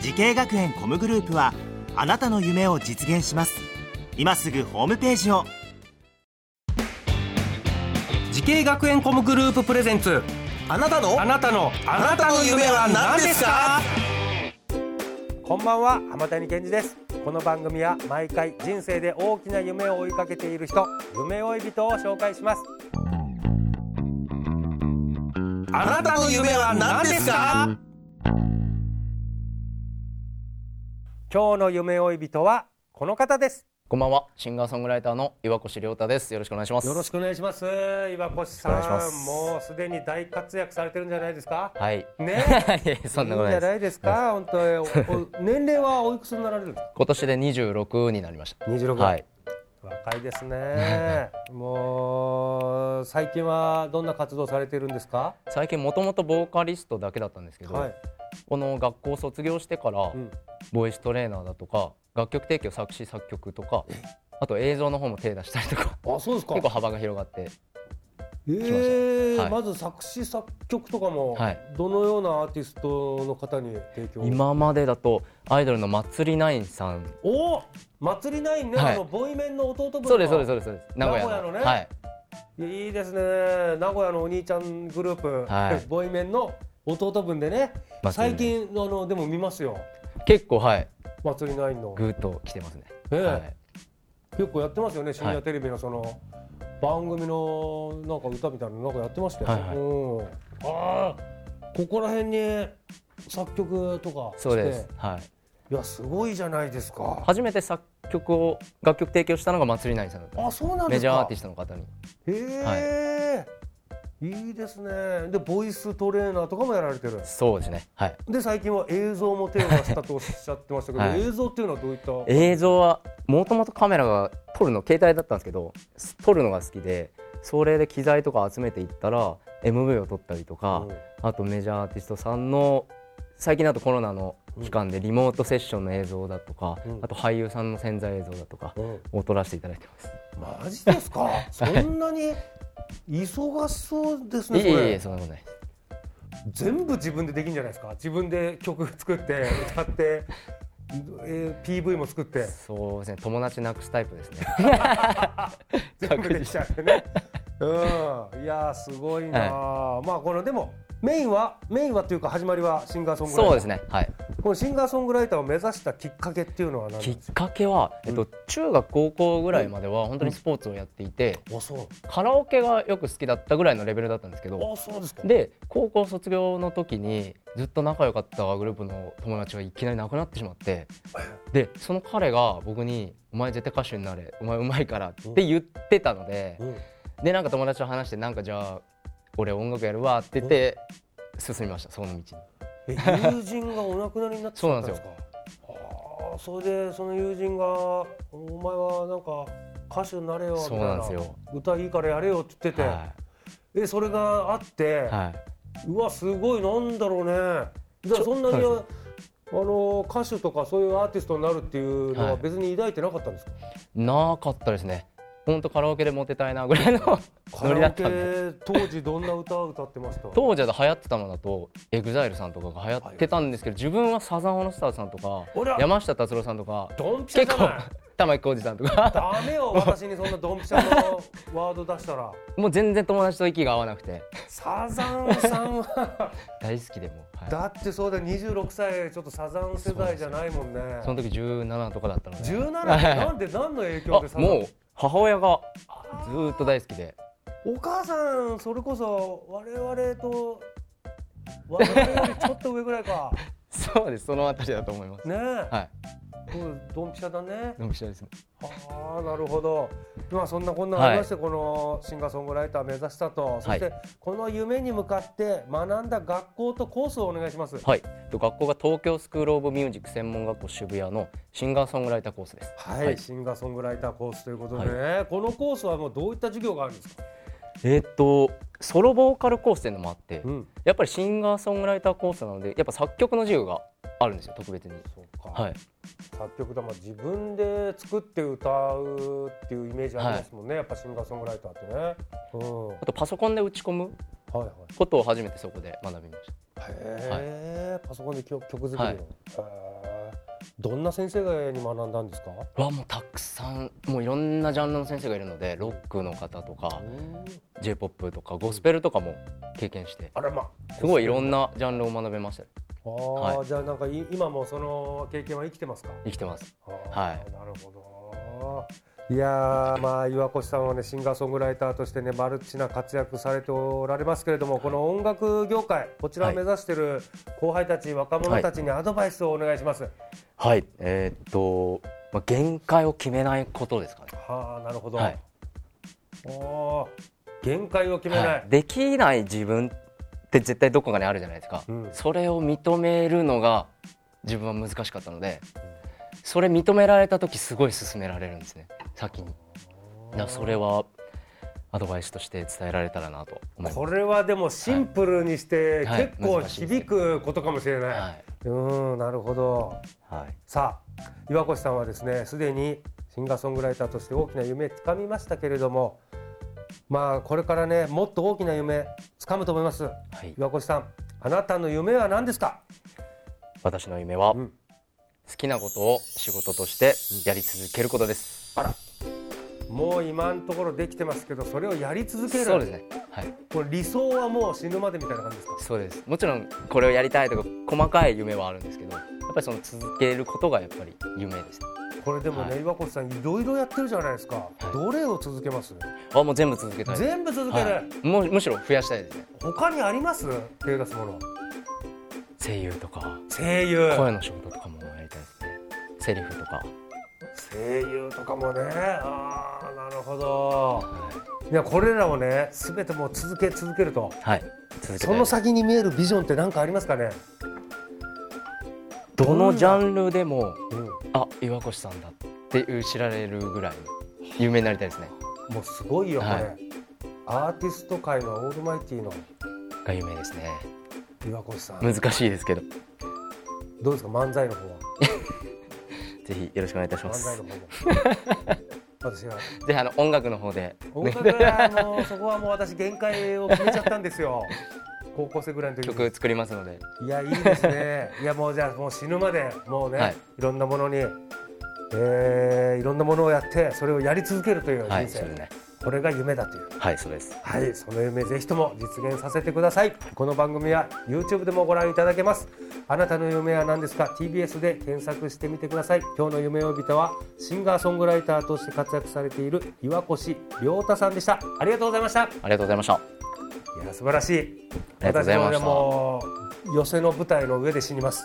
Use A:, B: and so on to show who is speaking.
A: 時系学園コムグループはあなたの夢を実現します今すぐホームページを
B: 時系学園コムグループプレゼンツ
C: あなたの
B: あなたのあなたの夢は何ですか
D: こんばんは浜谷健二ですこの番組は毎回人生で大きな夢を追いかけている人夢追い人を紹介します
B: あなたの夢は何ですか
D: 今日の夢追い人はこの方です
E: こんばんは、シンガーソングライターの岩越亮太です。よろしくお願いします。
D: よろしくお願いします岩越さん
E: よろしくお願いします
D: もうすでに大活躍されてるんじゃないですか
E: はい。
D: ね
E: いやいやそんなこと
D: い
E: ない
D: んじゃ
E: で
D: ない
E: す。
D: ですか本当におお年齢はおいくつになられるんですか
E: 今年で26になりました。
D: 26
E: はい。
D: 若いですねもう最近はどんな活動されてるんですか
E: 最近もともとボーカリストだけだったんですけど、
D: はい
E: この学校を卒業してから、
D: うん
E: ボイストレーナーだとか、楽曲提供作詞作曲とか、あと映像の方も手出したりとか、
D: あそうですか
E: 結構幅が広がって、
D: ええ
E: しましたはい
D: まず作詞作曲とかも、
E: はい
D: どのようなアーティストの方に提供
E: 今までだとアイドルの祭りナインさん、
D: お祭りないね、
E: はい
D: あのボイメンの弟分の
E: そうですそうですそうですそうです。名古屋の
D: 名古屋のね
E: はい。
D: いいですね名古屋のお兄ちゃんグループ、
E: は い
D: ボイメンの弟分でね
E: 祭りナイン
D: 最近あのでも見ますよ
E: 結構はい、
D: 祭りないの
E: ぐーっと来てますね。
D: ええ
E: はい
D: 結構やってますよね深夜テレビのその、番組のなんか歌みたいなのなんかやってましたよ、
E: はいはい
D: うん、ああここら辺に作曲とかして
E: そうです。はい。
D: いやすごいじゃないですか。
E: 初めて作曲を楽曲提供したのが祭りナインさんだったんです
D: あそうなんで
E: メ
D: すか。
E: ジャーアーティストの方に
D: へえ、い、いですね。でボイストレーナーとかもやられてる。
E: そうですねはい
D: で最近は映像も手を出したとおっしゃってましたけど、
E: はい
D: 映像っていうのはどういった？
E: 映像はもともとカメラが撮るの携帯だったんですけど撮るのが好きでそれで機材とか集めていったら MV を撮ったりとか、あとメジャーアーティストさんの最近だとコロナの期間でリモートセッションの映像だとか、
D: うん
E: あと俳優さんの潜在映像だとか
D: うん、うん
E: を撮らせていただいてます。
D: マジです か。そんなに忙しそうですね。
E: いえい
D: そ
E: えい
D: れ
E: えそんなことないです。
D: 全部自分でできるんじゃないですか。自分で曲作って歌って、えー PV も作って。
E: そうですね友達なくすタイプですね。
D: 全部できちゃってね。うん、いやーすごいなー、まあこのでもメインはメインはというか始まりはシンガーソングライター
E: そうですねはい。
D: このシンガーソングライターを目指したきっかけっていうのは何
E: き
D: で
E: っ
D: すか
E: かけは、えっと、中学高校ぐらいまでは本当にスポーツをやっていて、
D: あそう
E: カラオケがよく好きだったぐらいのレベルだったんですけど
D: あそうですか
E: で高校卒業の時にずっと仲良かったグループの友達がいきなり亡くなってしまってでその彼が僕に「お前絶対歌手になれお前うまいから」って言ってたので
D: うん
E: でなんか友達と話して「なんかじゃあ俺音楽やるわ」って言って進みましたその道に。
D: え友人がお亡くなりになって
E: そう
D: た
E: なん
D: ん
E: です
D: で
E: よ
D: すかあーそれでその友人が「お前はなんか歌手になれよ」みた
E: そ
D: いうな
E: なんですよ
D: 歌いいからやれよって言ってて、
E: は
D: えそれがあって、
E: い、はいう
D: わすごいなんだろうねじゃあそんなにあ
E: そう
D: あの歌手とかそういうアーティストになるっていうのは
E: はい
D: 別に抱いてなかったんですか、
E: なかったですね。本当カラオケでモテたいなぐらい のノリだっ
D: カ
E: た
D: ラ
E: んで。
D: オケ当時どんな歌を歌ってました
E: 当時だと流行ってたのだとエグザイルさんとかが流行ってたんですけど、自分はサザンオールスターズさんとか
D: 俺は
E: 山下達郎さんとか
D: ドンピシャ
E: 結
D: じゃ
E: 構
D: ない
E: 玉置浩二さんと か
D: ダメよ私にそんなドンピシャのワード出 したら
E: もう全然友達と息が合わなくて
D: サザンさんは
E: 大好きでもう、はい
D: だってそうだよ26歳ちょっとサザン世代じゃないもんね
E: その時17とかだったので
D: 17って
E: はい
D: なんで何の影響で
E: あ
D: サザン
E: もう母親がずーっと大好きで
D: お母さんそれこそ我々と我々よりちょっと上ぐらいか
E: そうですそのあたりだと思います
D: ねえ、
E: はい
D: うんドンピシャだね
E: ドンピシャですも
D: あ
E: ん
D: あなるほどまあそんなこんなありまして、このシンガーソングライターを目指したとそして、
E: は
D: この夢に向かって学んだ学校とコースをお願いします
E: はいと学校が東京スクール・オブ・ミュージック専門学校渋谷のシンガーソングライターコースです
D: はい、
E: はい
D: シンガーソングライターコースということでね、このコースはもうどういった授業があるんですか、
E: えーっとソロボーカルコースっていうのもあって、
D: ん、
E: やっぱりシンガーソングライターコースなのでやっぱ作曲の授業があるんですよ特別に
D: そうか、
E: はい
D: 作曲だ、まあ、自分で作って歌うっていうイメージありますもんね、やっぱシンガーソングライターってね。うん、は
E: あとパソコンで打ち込む
D: いはい。
E: ことを初めてそこで学びまし
D: へえ、パソコンで曲曲作りの。
E: はい
D: へえどんな先生がに学んだんですか。
E: たわもうたくさんもういろんなジャンルの先生がいるのでロックの方とか j p o p とかゴスペルとかも経験して
D: あらま。
E: すごいいろ
D: な。
E: んなジャンルを学べましたね
D: ああ、
E: は
D: じゃあなんかい今もその経験は生きてますか。
E: 生きてます
D: は、
E: はい
D: なるほど。いやーまあ岩越さんはねシンガーソングライターとしてねマルチな活躍されておられますけれども、この音楽業界こちらを目指している後輩たち、若者たちにアドバイスをお願いします。は
E: はいえーっと、まあ、限界を決めないことですかね
D: あなるほど。
E: はい
D: おお限界を決めない。
E: はいできない自分って絶対どこかにあるじゃないですか、
D: うん
E: それを認めるのが自分は難しかったのでそれ認められた時すごい勧められるんですね先にだからそれはアドバイスとして伝えられたらなと思います
D: これはでもシンプルにして
E: はい
D: 結構
E: 難しいです
D: 響くことかもしれない。
E: はい、
D: うんなるほど。
E: はい、
D: さあ岩越さんはですねすでにシンガーソングライターとして大きな夢つかみましたけれどもまあこれからねもっと大きな夢つかむと思います
E: はい
D: 岩越さんあなたの夢は何ですか
E: 私の夢は、
D: うん
E: 好きなことを仕事としてやり続けることです、
D: もう今のところできてますけどそれをやり続ける
E: そうですねはい
D: これ理想はもう死ぬまでみたいな感じですか
E: そうですもちろんこれをやりたいとか細かい夢はあるんですけどやっぱりその続けることがやっぱり夢です
D: これでもね、
E: はい
D: 岩越さんいろいろやってるじゃないですか、
E: い
D: どれを続けます
E: あもう全部続けたいです
D: 全部続ける、
E: はい、もうむしろ増やしたいですね
D: 他にあります手出すもの
E: 声優とか
D: 声優
E: 声の仕事とかもやりたいですねセリフとか、
D: 声優とかもねああなるほどいやこれらをね全てもう続け続けると
E: はい、続けたいです
D: その先に見えるビジョンって何かありますかね、
E: どのジャンルでも
D: うん、
E: あ岩越さんだっていう知られるぐらい有名になりたいですね
D: もうすごいよこれ、
E: はい
D: アーティスト界のオールマイティの
E: が有名ですね
D: 岩越さん
E: 難しいですけど
D: どうですか漫才の方は
E: ぜひよろしくお願いいたし
D: 漫
E: ます
D: 才の方も 私 は
E: ぜひあの音楽の方で
D: 音楽はあのそこはもう私限界を決めちゃったんですよ高校生ぐらいの時に
E: 曲作りますので
D: いやいいですね。 いやもうじゃあもう死ぬまでもうね、
E: はいい、
D: ろんなものに、えー、いろんなものをやってそれをやり続けるという人生、
E: はいそれね
D: これが夢だという。
E: はいそうです
D: はい、その夢ぜひとも実現させてください。この番組は YouTube でもご覧いただけます。あなたの夢は何ですか ?TBS で検索してみてください。今日の夢呼びたはシンガーソングライターとして活躍されている岩越亮太さんでした。ありがとうございました。
E: ありがとうございました
D: いや素晴らしい。
E: ありがとうございまし
D: 私もで
E: た
D: も寄せの舞台の上で死にます。